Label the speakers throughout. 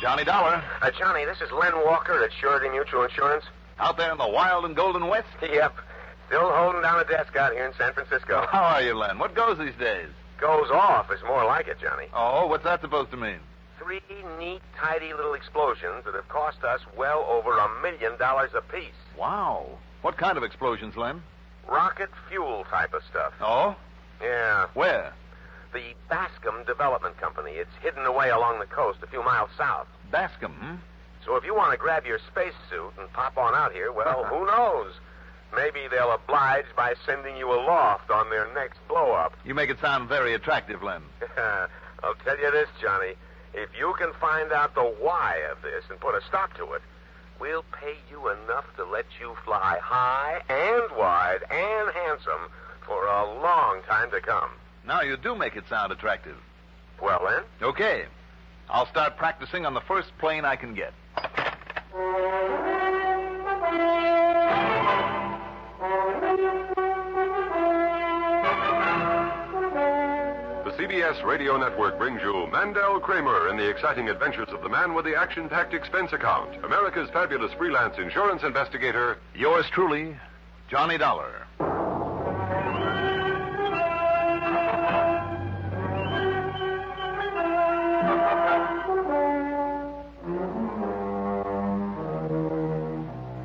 Speaker 1: Johnny Dollar,
Speaker 2: Uh, Johnny, this is Len Walker at Surety Mutual Insurance.
Speaker 1: out there in the wild and golden west.
Speaker 2: Yep. Still holding down a desk out here in San Francisco.
Speaker 1: How are you, Len? What goes these days?
Speaker 2: Goes off is more like it, Johnny.
Speaker 1: Oh, what's that supposed to mean?
Speaker 2: Three neat, tidy little explosions that have cost us well over a million dollars apiece.
Speaker 1: Wow. What kind of explosions, Len?
Speaker 2: Rocket fuel type of stuff.
Speaker 1: Oh?
Speaker 2: Yeah.
Speaker 1: Where?
Speaker 2: The Bascom Development Company. It's hidden away along the coast a few miles south.
Speaker 1: Bascom, hmm?
Speaker 2: So if you want to grab your spacesuit and pop on out here, well, who knows? Maybe they'll oblige by sending you aloft on their next blow up.
Speaker 1: You make it sound very attractive, Len.
Speaker 2: I'll tell you this, Johnny. If you can find out the why of this and put a stop to it, we'll pay you enough to let you fly high and wide and handsome for a long time to come.
Speaker 1: Now you do make it sound attractive.
Speaker 2: Well, then.
Speaker 1: Okay. I'll start practicing on the first plane I can get.
Speaker 3: The CBS Radio Network brings you Mandel Kramer and the exciting adventures of the man with the action packed expense account, America's fabulous freelance insurance investigator.
Speaker 1: Yours truly, Johnny Dollar.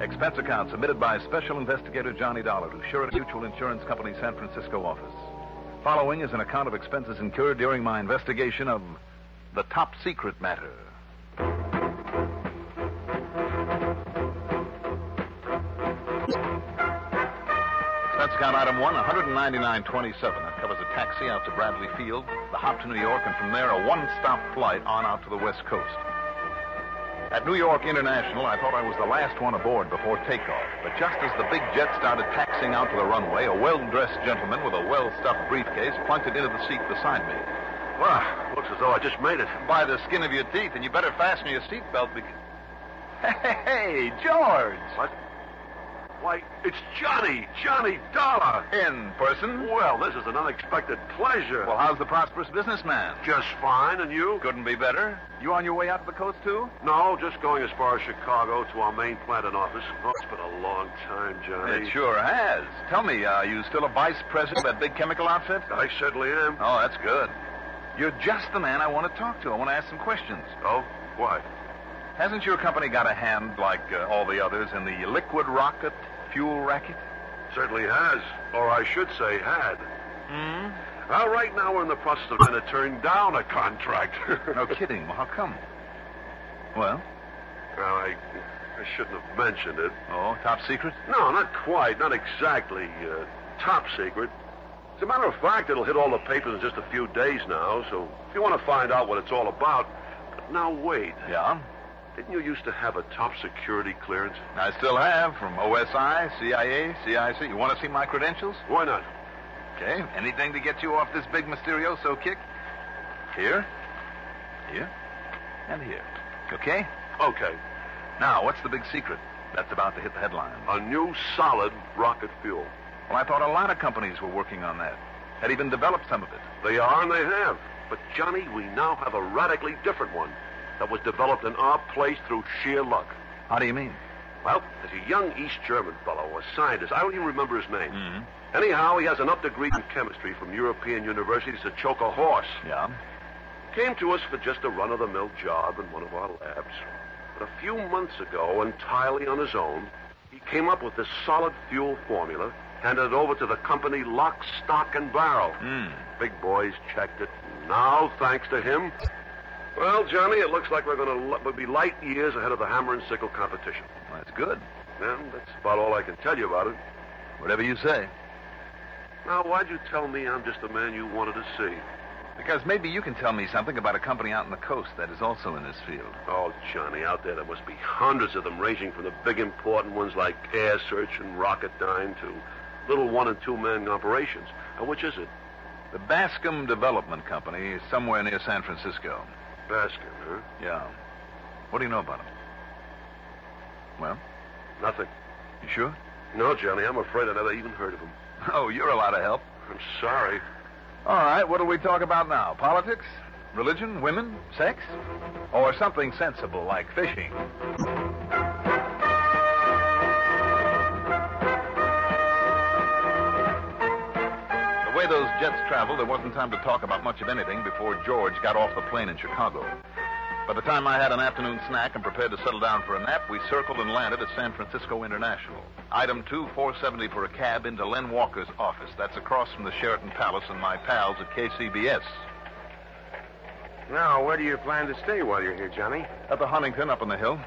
Speaker 1: Expense account submitted by Special Investigator Johnny Dollar to Surety Mutual Insurance Company San Francisco office. Following is an account of expenses incurred during my investigation of the top secret matter. Expense account item one, 199.27. That covers a taxi out to Bradley Field, the hop to New York, and from there a one-stop flight on out to the West Coast. At New York International, I thought I was the last one aboard before takeoff. But just as the big jet started taxing out to the runway, a well-dressed gentleman with a well-stuffed briefcase plunked it into the seat beside me.
Speaker 3: Well, looks as though I just made it.
Speaker 1: By the skin of your teeth, and you better fasten your seatbelt because... Hey, George!
Speaker 3: What? Why, it's Johnny! Johnny Dollar!
Speaker 1: In person?
Speaker 3: Well, this is an unexpected pleasure.
Speaker 1: Well, how's the prosperous businessman?
Speaker 3: just fine, and you?
Speaker 1: Couldn't be better. You on your way out to the coast, too?
Speaker 3: No, just going as far as Chicago to our main plant and office. Oh, it's been a long time, Johnny.
Speaker 1: It sure has. Tell me, are you still a vice president of that big chemical outfit?
Speaker 3: I certainly am.
Speaker 1: Oh, that's good. You're just the man I want to talk to. I want to ask some questions.
Speaker 3: Oh, why?
Speaker 1: Hasn't your company got a hand, like uh, all the others, in the liquid rocket fuel racket?
Speaker 3: Certainly has, or I should say had.
Speaker 1: Hmm?
Speaker 3: Well, right now we're in the process of trying to turn down a contract.
Speaker 1: No kidding. Well, how come? Well,
Speaker 3: Well, I, I shouldn't have mentioned it.
Speaker 1: oh, top secret?
Speaker 3: No, not quite, not exactly. Uh, top secret. As a matter of fact, it'll hit all the papers in just a few days now, so if you want to find out what it's all about. But now, wait.
Speaker 1: Yeah.
Speaker 3: Didn't you used to have a top security clearance?
Speaker 1: I still have from OSI, CIA, CIC. You want to see my credentials?
Speaker 3: Why not?
Speaker 1: Okay. Anything to get you off this big Mysterioso kick? Here, here, and here. Okay?
Speaker 3: Okay.
Speaker 1: Now, what's the big secret that's about to hit the headlines?
Speaker 3: A new solid rocket fuel.
Speaker 1: Well, I thought a lot of companies were working on that. Had even developed some of it.
Speaker 3: They are and they have. But, Johnny, we now have a radically different one that was developed in our place through sheer luck.
Speaker 1: How do you mean?
Speaker 3: Well, there's a young East German fellow, a scientist. I don't even remember his name.
Speaker 1: Mm-hmm.
Speaker 3: Anyhow, he has an up degree in chemistry from European universities to choke a horse.
Speaker 1: Yeah.
Speaker 3: Came to us for just a run of the mill job in one of our labs. But a few months ago, entirely on his own, he came up with this solid fuel formula, handed it over to the company lock, stock, and barrel.
Speaker 1: Hmm.
Speaker 3: Big boys checked it. Now, thanks to him. Well, Johnny, it looks like we're going to be light years ahead of the hammer and sickle competition.
Speaker 1: Well, that's good.
Speaker 3: And that's about all I can tell you about it.
Speaker 1: Whatever you say.
Speaker 3: Now, why'd you tell me I'm just the man you wanted to see?
Speaker 1: Because maybe you can tell me something about a company out on the coast that is also in this field.
Speaker 3: Oh, Johnny, out there there must be hundreds of them, ranging from the big important ones like Air Search and Rocketdyne to little one and two man operations. Now, which is it?
Speaker 1: The Bascom Development Company is somewhere near San Francisco.
Speaker 3: Baskin, huh?
Speaker 1: Yeah. What do you know about them? Well,
Speaker 3: Nothing.
Speaker 1: you sure?
Speaker 3: No, Johnny, I'm afraid I never even heard of him.
Speaker 1: Oh, you're a lot of help.
Speaker 3: I'm sorry.
Speaker 1: All right, what'll we talk about now? Politics? Religion, women, sex, or something sensible like fishing. The way those jets traveled, there wasn't time to talk about much of anything before George got off the plane in Chicago. By the time I had an afternoon snack and prepared to settle down for a nap, we circled and landed at San Francisco International. Item 2, 470 for a cab into Len Walker's office. That's across from the Sheraton Palace and my pals at KCBS.
Speaker 2: Now, where do you plan to stay while you're here, Johnny?
Speaker 1: At the Huntington up on the hill.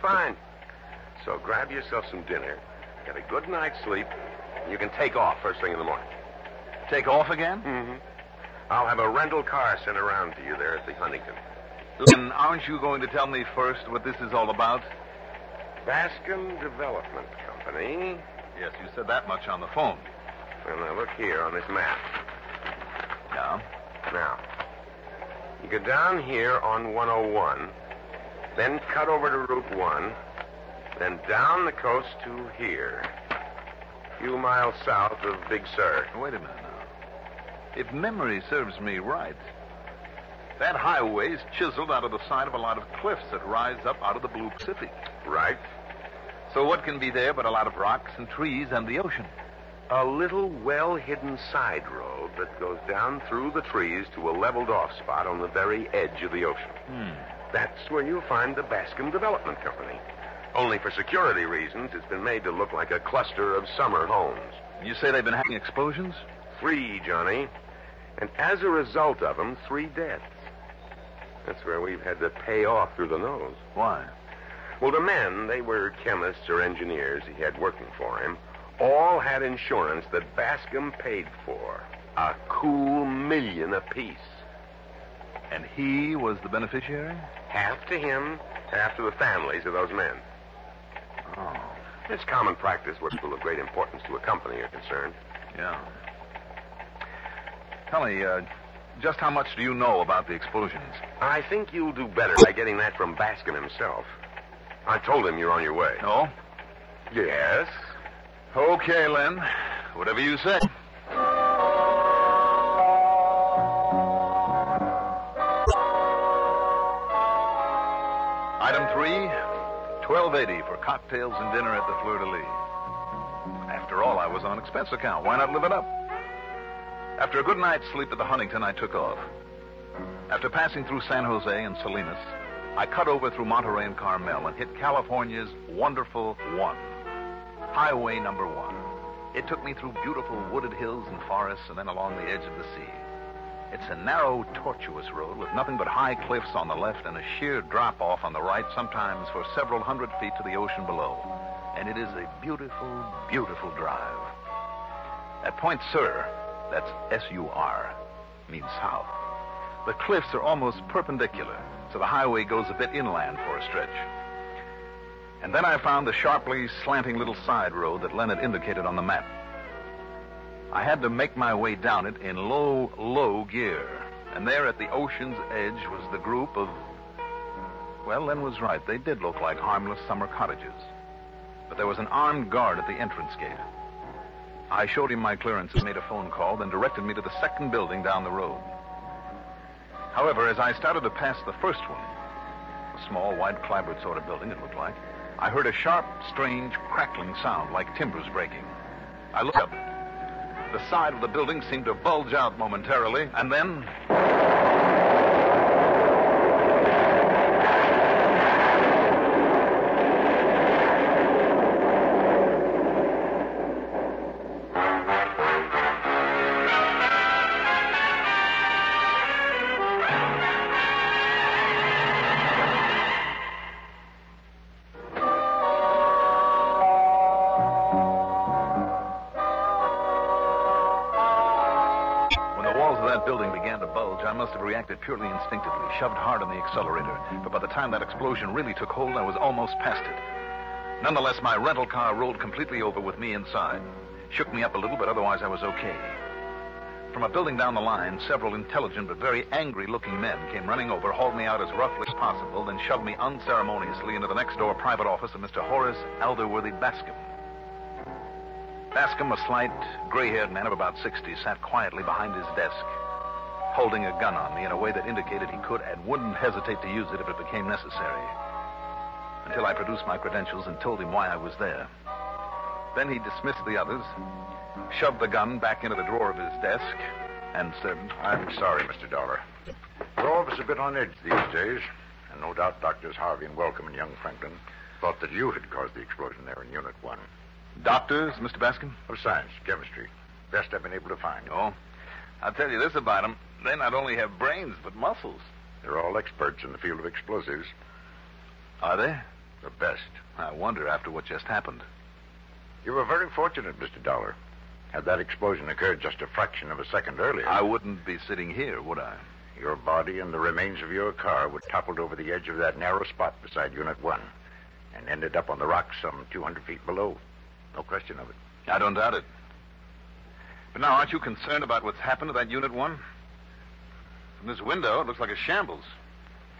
Speaker 2: Fine. So grab yourself some dinner, get a good night's sleep, and you can take off first thing in the morning.
Speaker 1: Take off again?
Speaker 2: Mm-hmm. I'll have a rental car sent around to you there at the Huntington.
Speaker 1: Len, aren't you going to tell me first what this is all about?
Speaker 2: Baskin Development Company.
Speaker 1: Yes, you said that much on the phone.
Speaker 2: Well, now look here on this map.
Speaker 1: Yeah?
Speaker 2: Now, you go down here on 101, then cut over to Route 1, then down the coast to here, a few miles south of Big Sur.
Speaker 1: Wait a minute now. If memory serves me right, that highway's chiseled out of the side of a lot of cliffs that rise up out of the blue Pacific.
Speaker 2: Right?
Speaker 1: So what can be there but a lot of rocks and trees and the ocean?
Speaker 2: A little well hidden side road that goes down through the trees to a leveled off spot on the very edge of the ocean.
Speaker 1: Hmm.
Speaker 2: That's where you'll find the Bascom Development Company. Only for security reasons, it's been made to look like a cluster of summer homes.
Speaker 1: You say they've been having explosions?
Speaker 2: Three, Johnny. And as a result of them, three deaths. That's where we've had to pay off through the nose.
Speaker 1: Why?
Speaker 2: Well, the men, they were chemists or engineers he had working for him, all had insurance that Bascom paid for. A cool million apiece.
Speaker 1: And he was the beneficiary?
Speaker 2: Half to him, half to the families of those men.
Speaker 1: Oh,
Speaker 2: It's common practice where people of great importance to a company are concerned.
Speaker 1: yeah. Tell me, uh, just how much do you know about the explosions?
Speaker 2: I think you'll do better by getting that from Bascom himself. I told him you're on your way.
Speaker 1: No?
Speaker 2: Yes?
Speaker 1: Okay, Len. Whatever you say. Item three, twelve eighty for cocktails and dinner at the Fleur de Lis. After all, I was on expense account. Why not live it up? After a good night's sleep at the Huntington, I took off. After passing through San Jose and Salinas, I cut over through Monterey and Carmel and hit California's wonderful one. Highway number one. It took me through beautiful wooded hills and forests and then along the edge of the sea. It's a narrow, tortuous road with nothing but high cliffs on the left and a sheer drop off on the right, sometimes for several hundred feet to the ocean below. And it is a beautiful, beautiful drive. At Point Sur, that's S U R, means south. The cliffs are almost perpendicular, so the highway goes a bit inland for a stretch. And then I found the sharply slanting little side road that Len had indicated on the map. I had to make my way down it in low, low gear. And there at the ocean's edge was the group of. Well, Len was right. They did look like harmless summer cottages. But there was an armed guard at the entrance gate. I showed him my clearances, made a phone call, then directed me to the second building down the road. However, as I started to pass the first one, a small, white clapboard sort of building, it looked like. I heard a sharp, strange, crackling sound like timbers breaking. I looked up. The side of the building seemed to bulge out momentarily, and then. When the walls of that building began to bulge, I must have reacted purely instinctively, shoved hard on the accelerator. But by the time that explosion really took hold, I was almost past it. Nonetheless, my rental car rolled completely over with me inside. Shook me up a little, but otherwise I was okay. From a building down the line, several intelligent but very angry looking men came running over, hauled me out as roughly as possible, then shoved me unceremoniously into the next door private office of Mr. Horace Alderworthy Bascom. Bascom, a slight, gray haired man of about 60, sat quietly behind his desk. holding a gun on me in a way that indicated he could and wouldn't hesitate to use it if it became necessary. Until I produced my credentials and told him why I was there. Then he dismissed the others, shoved the gun back into the drawer of his desk, and said,
Speaker 2: I'm sorry, Mr. Dollar. The office a bit on edge these days, and no doubt Doctors Harvey and Welcome and young Franklin thought that you had caused the explosion there in Unit 1.
Speaker 1: Doctors, Mr. Baskin?
Speaker 2: Of science, chemistry. Best I've been able to find.
Speaker 1: No. I'll tell you this about them. They not only have brains, but muscles.
Speaker 2: They're all experts in the field of explosives.
Speaker 1: Are they?
Speaker 2: The best.
Speaker 1: I wonder after what just happened.
Speaker 2: You were very fortunate, Mr. Dollar. Had that explosion occurred just a fraction of a second earlier,
Speaker 1: I wouldn't be sitting here, would I?
Speaker 2: your body and the remains of your car were toppled over the edge of that narrow spot beside Unit 1 and ended up on the rocks some 200 feet below. No question of it.
Speaker 1: I don't doubt it. But now, aren't you concerned about what's happened to that Unit 1? From this window, it looks like a shambles.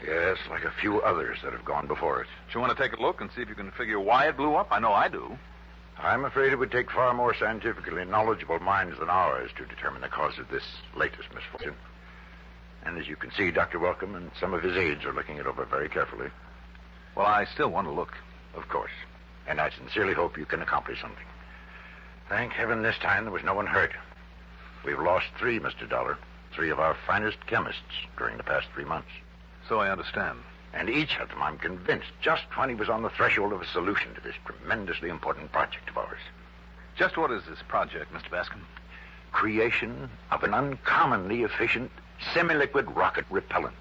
Speaker 2: Yes, like a few others that have gone before it.
Speaker 1: Do you want to take a look and see if you can figure why it blew up? I know I do.
Speaker 2: I'm afraid it would take far more scientifically knowledgeable minds than ours to determine the cause of this latest misfortune. And as you can see, Dr. Welcome and some of his aides are looking it over very carefully,
Speaker 1: Well, I still want to look.
Speaker 2: of course. And I sincerely hope you can accomplish something. Thank heaven this time there was no one hurt. We've lost three, Mr. Dollar, three of our finest chemists during the past three months.
Speaker 1: So I understand.
Speaker 2: And each of them, I'm convinced, just when he was on the threshold of a solution to this tremendously important project of ours.
Speaker 1: Just what is this project, Mr. Baskin?
Speaker 2: creation of an uncommonly efficient semi-liquid rocket repellent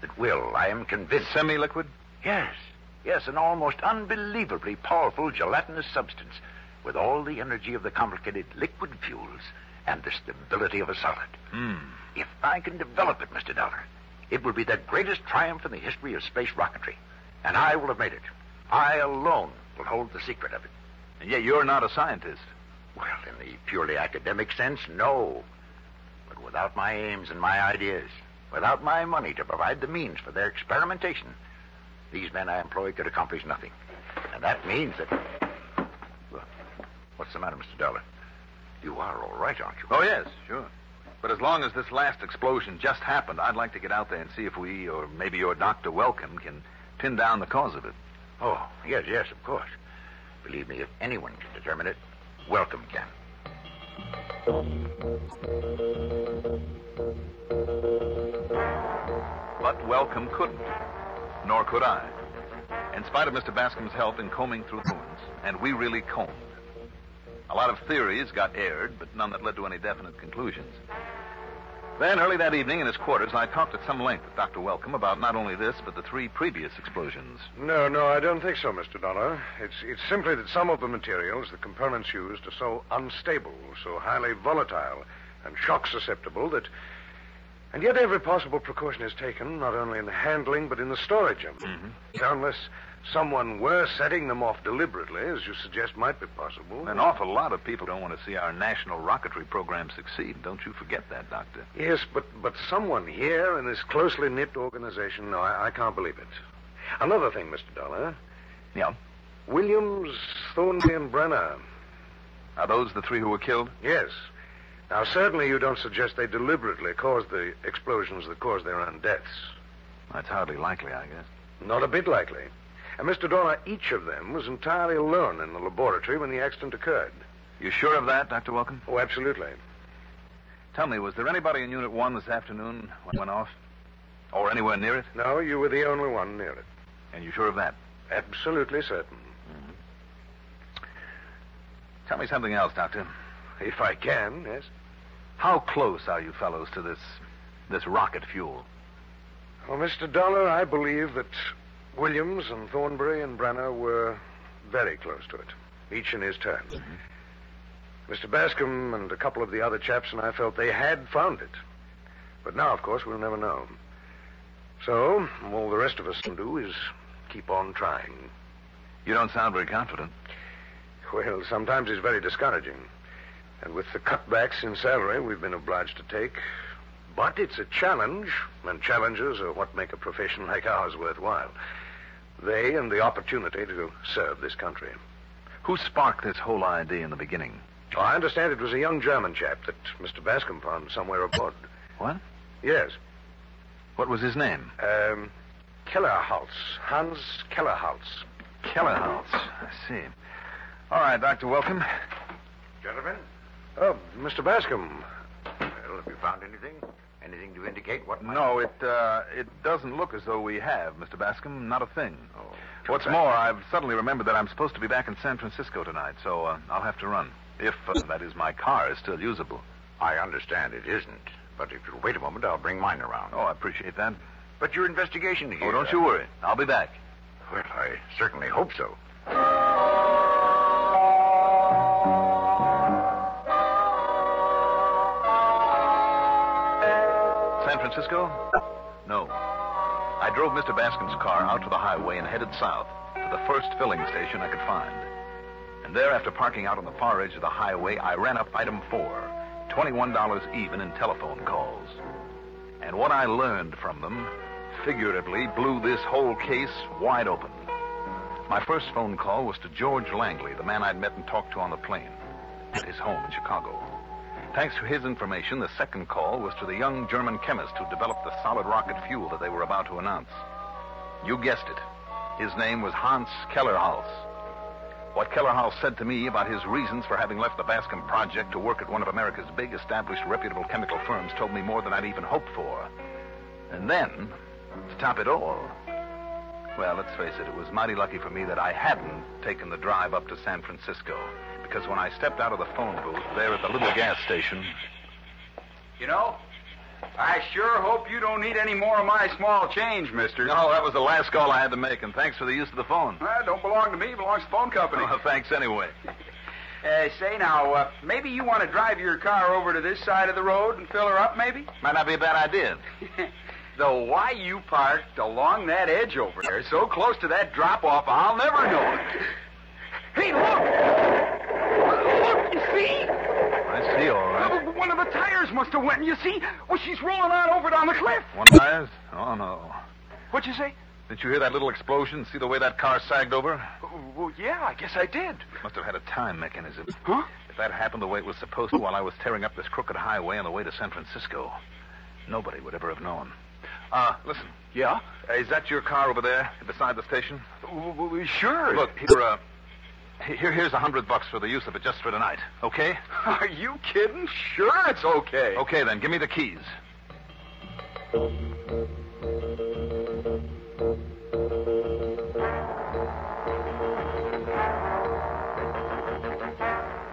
Speaker 2: that will, I am convinced.
Speaker 1: Semi-liquid?
Speaker 2: yes, yes, an almost unbelievably powerful gelatinous substance with all the energy of the complicated liquid fuels and the stability of a solid.
Speaker 1: Hmm.
Speaker 2: If I can develop it, Mr. Dollar, it will be the greatest triumph in the history of space rocketry, and I will have made it. I alone will hold the secret of it.
Speaker 1: And yet you're not a scientist.
Speaker 2: Well, in the purely academic sense, no. But without my aims and my ideas, without my money to provide the means for their experimentation, these men I employ could accomplish nothing. And that means that. Well, What's the matter, Mr. Dollar? You are all right, aren't you?
Speaker 1: Oh, yes, sure. But as long as this last explosion just happened, I'd like to get out there and see if we, or maybe your Dr. Welcome, can pin down the cause of it.
Speaker 2: Oh, yes, yes, of course. Believe me, if anyone can determine it, welcome can.
Speaker 1: But Welcome couldn't, nor could I. In spite of Mr. Bascom's help in combing through the ruins, and we really combed. A lot of theories got aired, but none that led to any definite conclusions. Then, early that evening in his quarters, I talked at some length with Dr. Welcome about not only this, but the three previous explosions.
Speaker 4: No, no, I don't think so, Mr. Dollar. It's, it's simply that some of the materials the components used are so unstable, so highly volatile, and shock susceptible that. And yet every possible precaution is taken, not only in the handling, but in the storage of them. Unless someone were setting them off deliberately, as you suggest might be possible.
Speaker 1: An awful lot of people don't want to see our national rocketry program succeed. Don't you forget that, Doctor.
Speaker 4: Yes, but, but someone here in this closely knit organization, no, I, I can't believe it. Another thing, Mr. Dollar.
Speaker 1: Yeah.
Speaker 4: Williams, Thornby, and Brenner.
Speaker 1: Are those the three who were killed?
Speaker 4: Yes. Now, certainly you don't suggest they deliberately caused the explosions that caused their own deaths.
Speaker 1: That's hardly likely, I guess.
Speaker 4: Not a bit likely. And Mr. Dollar, each of them was entirely alone in the laboratory when the accident occurred.
Speaker 1: You sure of that, Dr. Welcome?
Speaker 4: Oh, absolutely.
Speaker 1: Tell me, was there anybody in Unit 1 this afternoon when it went off? Or anywhere near it?
Speaker 4: No, you were the only one near it.
Speaker 1: And you sure of that?
Speaker 4: Absolutely certain.
Speaker 1: Tell me something else, Doctor.
Speaker 4: If I can, yes.
Speaker 1: How close are you fellows to this this rocket fuel?
Speaker 4: Well, Mr. Dollar, I believe that Williams and Thornbury and Brenner were very close to it, each in his turn. Mr. Bascom and a couple of the other chaps and I felt they had found it. But now, of course, we'll never know. So, all the rest of us can do is keep on trying.
Speaker 1: You don't sound very confident.
Speaker 4: Well, sometimes it's very discouraging. And with the cutbacks in salary we've been obliged to take. But it's a challenge, and challenges are what make a profession like ours worthwhile. They and the opportunity to serve this country.
Speaker 1: Who sparked this whole idea in the beginning?
Speaker 4: Oh, I understand it was a young German chap that Mr. Bascom found somewhere abroad.
Speaker 1: What?
Speaker 4: Yes.
Speaker 1: What was his name?
Speaker 4: Um, Kellerholz. Hans Kellerholz.
Speaker 1: Kellerholz. I see. All right, Doctor, welcome.
Speaker 5: Gentlemen,
Speaker 4: Oh, Mr. Bascom.
Speaker 5: well, have you found anything? Anything to indicate what? might-
Speaker 1: No, it uh, it doesn't look as though we have, Mr. Bascom. Not a thing.
Speaker 5: Oh,
Speaker 1: What's more, I've suddenly remembered that I'm supposed to be back in San Francisco tonight, so uh, I'll have to run. If uh, that is, my car is still usable.
Speaker 5: I understand it isn't. But if you'll wait a moment, I'll bring mine around.
Speaker 1: Oh, I appreciate that.
Speaker 5: But your investigation here.
Speaker 1: Oh, don't you worry. I'll be back.
Speaker 5: Well, I certainly hope so.
Speaker 1: San Francisco? No. I drove Mr. Bascom's car out to the highway and headed south to the first filling station I could find. And there, after parking out on the far edge of the highway, I ran up item four $21 even in telephone calls. And what I learned from them, figuratively, blew this whole case wide open. My first phone call was to George Langley, the man I'd met and talked to on the plane, at his home in Chicago. Thanks to his information, the second call was to the young German chemist who developed the solid rocket fuel that they were about to announce. You guessed it. His name was Hans Kellerhaus. What Kellerhaus said to me about his reasons for having left the Bascom project to work at one of America's big established reputable chemical firms told me more than I'd even hoped for. And then, to top it all, well, let's face it, it was mighty lucky for me that I hadn't taken the drive up to San Francisco. Because when I stepped out of the phone booth there at the little gas station,
Speaker 6: You know, I sure hope you don't need any more of my small change, mister.
Speaker 1: No, that was the last call I had to make, and thanks for the use of the phone.
Speaker 6: Well, it don't belong to me. It belongs to the phone company.
Speaker 1: Well, thanks anyway.
Speaker 6: Uh, say now, uh, maybe you want to drive your car over to this side of the road and fill her up, maybe?
Speaker 1: Might not be a bad idea.
Speaker 6: Though why you parked along that edge over there, so close to that drop off, I'll never know it. Hey, look! Look, you see?
Speaker 1: I see, all right.
Speaker 6: Uh, One of the tires must have went, you see? Well, she's rolling on over down the cliff.
Speaker 1: One tires? Oh, no.
Speaker 6: What'd you say?
Speaker 1: Did you hear that little explosion? See the way that car sagged over?
Speaker 6: Oh, Well, yeah, I guess I did.
Speaker 1: Must have had a time mechanism.
Speaker 6: Huh?
Speaker 1: If that happened the way it was supposed to while I was tearing up this crooked highway on the way to San Francisco, nobody would ever have known. Uh, listen.
Speaker 6: Yeah?
Speaker 1: Uh, Is that your car over there beside the station?
Speaker 6: W- w- Sure.
Speaker 1: Look, here, uh, here, here's a hundred bucks for the use of it just for tonight, okay?
Speaker 6: Are you kidding? Sure, it's okay.
Speaker 5: Oh,
Speaker 1: Okay, then, give me the keys.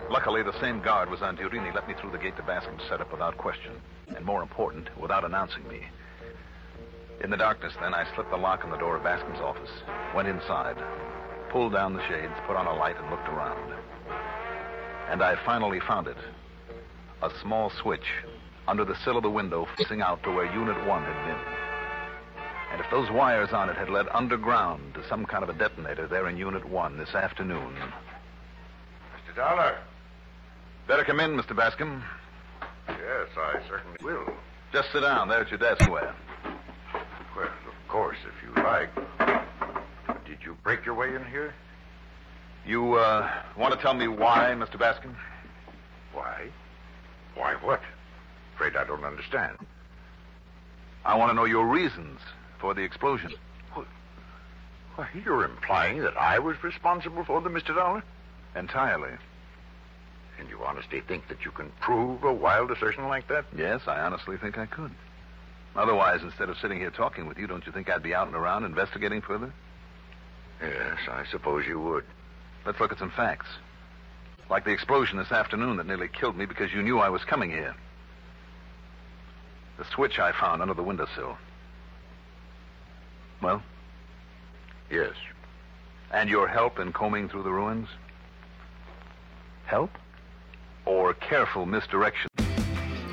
Speaker 1: Luckily, the same guard was on duty, and he let me through the gate to Bascom's setup without question, and more important, without announcing me. In the darkness, then, I slipped the lock on the door of Bascom's office, went inside, pulled down the shades, put on a light, and looked around. And I finally found it a small switch under the sill of the window facing out to where Unit 1 had been. And if those wires on it had led underground to some kind of a detonator there in Unit 1 this afternoon.
Speaker 4: Mr. Dollar.
Speaker 1: Better come in, Mr. Bascom.
Speaker 4: Yes, I certainly will.
Speaker 1: Just sit down there at your desk where.
Speaker 5: Well, of course, if you like. Did you break your way in here?
Speaker 1: You, uh, want to tell me why, Mr. Bascom?
Speaker 5: Why? Why what? Afraid I don't understand.
Speaker 1: I want to know your reasons for the explosion.
Speaker 5: Why, you're implying that I was responsible for them, Mr. Dollar?
Speaker 1: Entirely.
Speaker 5: And you honestly think that you can prove a wild assertion like that?
Speaker 1: Yes, I honestly think I could. Otherwise, instead of sitting here talking with you, don't you think I'd be out and around investigating further?
Speaker 5: Yes, I suppose you would.
Speaker 1: Let's look at some facts. Like the explosion this afternoon that nearly killed me because you knew I was coming here. The switch I found under the windowsill. Well,
Speaker 5: Yes.
Speaker 1: and your help in combing through the ruins? Help? Or careful misdirection?